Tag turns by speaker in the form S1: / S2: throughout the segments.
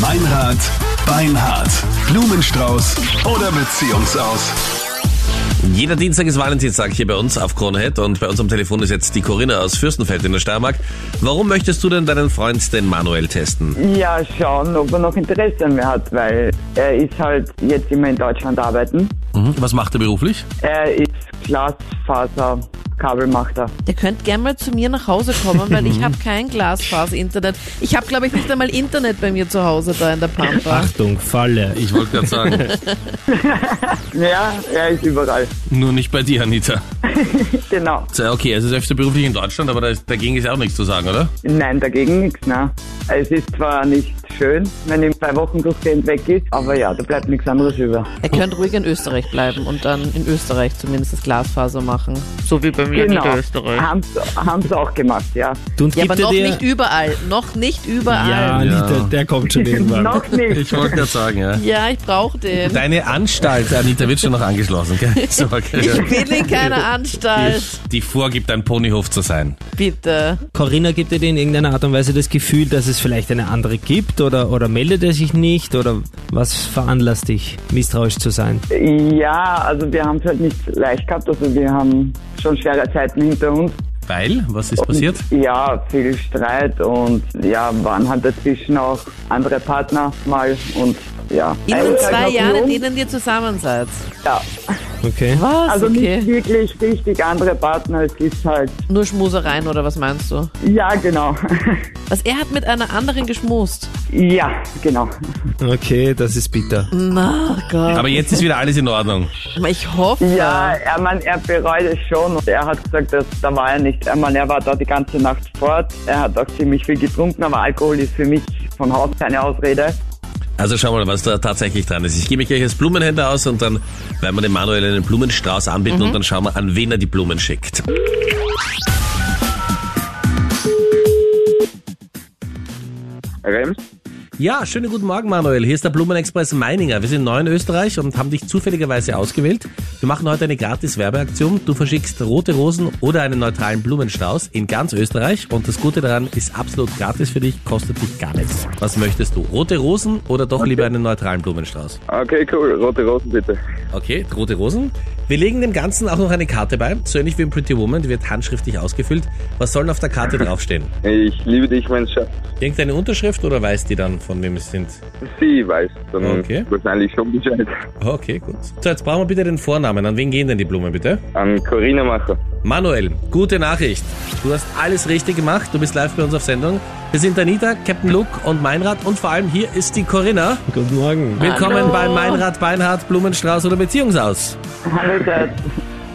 S1: Meinrad, Beinhard, Blumenstrauß oder Beziehungsaus.
S2: Jeder Dienstag ist Valentinstag hier bei uns auf Kronehit und bei uns am Telefon ist jetzt die Corinna aus Fürstenfeld in der Steiermark. Warum möchtest du denn deinen Freund den Manuel testen?
S3: Ja, schauen, ob er noch Interesse an mir hat, weil er ist halt jetzt immer in Deutschland arbeiten.
S2: Mhm. Was macht er beruflich?
S3: Er ist Glasfaserkabelmacher.
S4: Der könnt gerne mal zu mir nach Hause kommen, weil ich habe kein Glasfaser-Internet. Ich habe, glaube ich, nicht einmal Internet bei mir zu Hause da in der Pampa.
S5: Achtung, Falle.
S2: Ich wollte gerade sagen,
S3: Ja, er ist überall.
S2: nur nicht bei dir, Anita.
S3: Genau.
S2: So, Okay, also ist öfter beruflich in Deutschland, aber da ist, dagegen ist auch nichts zu sagen, oder?
S3: Nein, dagegen nichts, ne? Es ist zwar nicht schön, wenn ihm zwei Wochen durchgehend weg ist, aber ja, da bleibt nichts anderes über.
S4: Er könnte ruhig in Österreich bleiben und dann in Österreich zumindest das Glasfaser machen.
S6: So wie bei
S3: Genau.
S6: mir in Niederösterreich.
S3: Haben sie auch gemacht, ja.
S5: Du und
S4: Ja,
S5: gibt
S4: aber
S5: er
S4: noch
S5: dir...
S4: nicht überall. Noch nicht
S5: ja,
S4: überall.
S5: Anita, der kommt schon irgendwann.
S3: Noch nicht.
S2: wollte gerade sagen, ja.
S4: Ja, ich brauche den.
S2: Deine Anstalt, Anita, wird schon noch angeschlossen, keine Sorge.
S4: Ich bin in keiner Anstalt.
S2: Die vorgibt, ein Ponyhof zu sein.
S4: Bitte.
S5: Corinna, gibt dir in irgendeiner Art und Weise das Gefühl, dass es vielleicht eine andere gibt oder, oder meldet er sich nicht oder was veranlasst dich, misstrauisch zu sein?
S3: Ja, also wir haben es halt nicht leicht gehabt, also wir haben schon schwere Zeiten hinter uns.
S2: Weil? Was ist passiert?
S3: Ja, viel Streit und ja, waren halt dazwischen auch andere Partner mal und ja.
S4: In
S3: Er
S4: den
S3: ist halt
S4: zwei
S3: noch
S4: Jahren, in
S3: jung.
S4: denen ihr zusammen seid.
S3: Ja,
S5: Okay.
S4: Was?
S3: also nicht
S4: okay.
S3: wirklich richtig andere Partner, es ist halt,
S4: Nur Schmusereien oder was meinst du?
S3: ja genau,
S4: Was, er hat mit einer anderen geschmust?
S3: ja genau.
S5: Okay, das ist bitter.
S4: Na Gott.
S2: Aber jetzt ist wieder alles in Ordnung.
S4: Ich hoffe.
S3: Ja, er, man, er bereut es schon und er hat gesagt, dass, da war er nicht, er, man, er war da die ganze Nacht fort, er hat auch ziemlich viel getrunken, aber Alkohol ist für mich von Haus keine Ausrede.
S2: Also schau mal, was da tatsächlich dran ist. Ich gebe mich gleich als Blumenhändler aus und dann werden wir dem Manuel einen Blumenstrauß anbieten und dann schauen wir, an wen er die Blumen schickt.
S7: Rems?
S2: Ja, schönen guten Morgen, Manuel. Hier ist der Blumenexpress Meininger. Wir sind neu in Österreich und haben dich zufälligerweise ausgewählt. Wir machen heute eine gratis Werbeaktion. Du verschickst rote Rosen oder einen neutralen Blumenstrauß in ganz Österreich. Und das Gute daran ist absolut gratis für dich, kostet dich gar nichts. Was möchtest du? Rote Rosen oder doch lieber einen neutralen Blumenstrauß?
S7: Okay, cool. Rote Rosen bitte.
S2: Okay, rote Rosen. Wir legen dem Ganzen auch noch eine Karte bei, so ähnlich wie in Pretty Woman, die wird handschriftlich ausgefüllt. Was soll denn auf der Karte draufstehen?
S7: Ich liebe dich, mein Schatz.
S2: Irgendeine Unterschrift oder weiß die dann, von wem es sind?
S7: Sie weiß dann
S2: Okay.
S7: wahrscheinlich schon Bescheid.
S2: Ah, Okay, gut. So, jetzt brauchen wir bitte den Vornamen. An wen gehen denn die Blumen, bitte?
S7: An Corinna Macher.
S2: Manuel, gute Nachricht. Du hast alles richtig gemacht. Du bist live bei uns auf Sendung. Wir sind Anita, Captain Luke und Meinrad und vor allem hier ist die Corinna.
S5: Guten Morgen.
S2: Willkommen bei Meinrad, Beinhard, Blumenstrauß oder Beziehungsaus.
S3: Hallo, Schatz.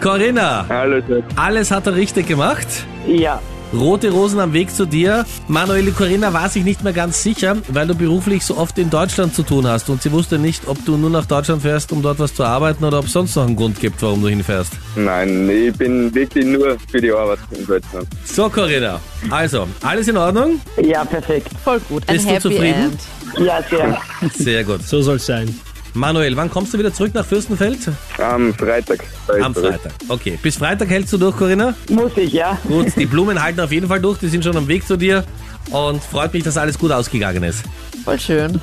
S2: Corinna,
S7: Hallo, Schatz.
S2: alles hat er richtig gemacht.
S3: Ja.
S2: Rote Rosen am Weg zu dir. Manuele Corinna war sich nicht mehr ganz sicher, weil du beruflich so oft in Deutschland zu tun hast und sie wusste nicht, ob du nur nach Deutschland fährst, um dort was zu arbeiten oder ob es sonst noch einen Grund gibt, warum du hinfährst.
S7: Nein, ich bin wirklich nur für die Arbeit in Deutschland.
S2: So, Corinna. Also, alles in Ordnung?
S3: Ja, perfekt.
S4: Voll gut. Ein
S2: Bist du
S4: Happy
S2: zufrieden?
S4: End.
S3: Ja, sehr.
S2: Sehr gut.
S5: So soll's sein.
S2: Manuel, wann kommst du wieder zurück nach Fürstenfeld?
S7: Am Freitag. Freitag.
S2: Am Freitag. Okay, bis Freitag hältst du durch, Corinna?
S3: Muss ich, ja?
S2: Gut, die Blumen halten auf jeden Fall durch, die sind schon am Weg zu dir. Und freut mich, dass alles gut ausgegangen ist.
S4: Voll schön.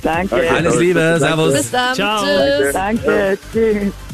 S3: Danke.
S7: Okay.
S2: Alles Liebe,
S7: Danke.
S2: Servus.
S4: Bis dann.
S5: Ciao.
S4: Tschüss.
S3: Danke. Tschüss.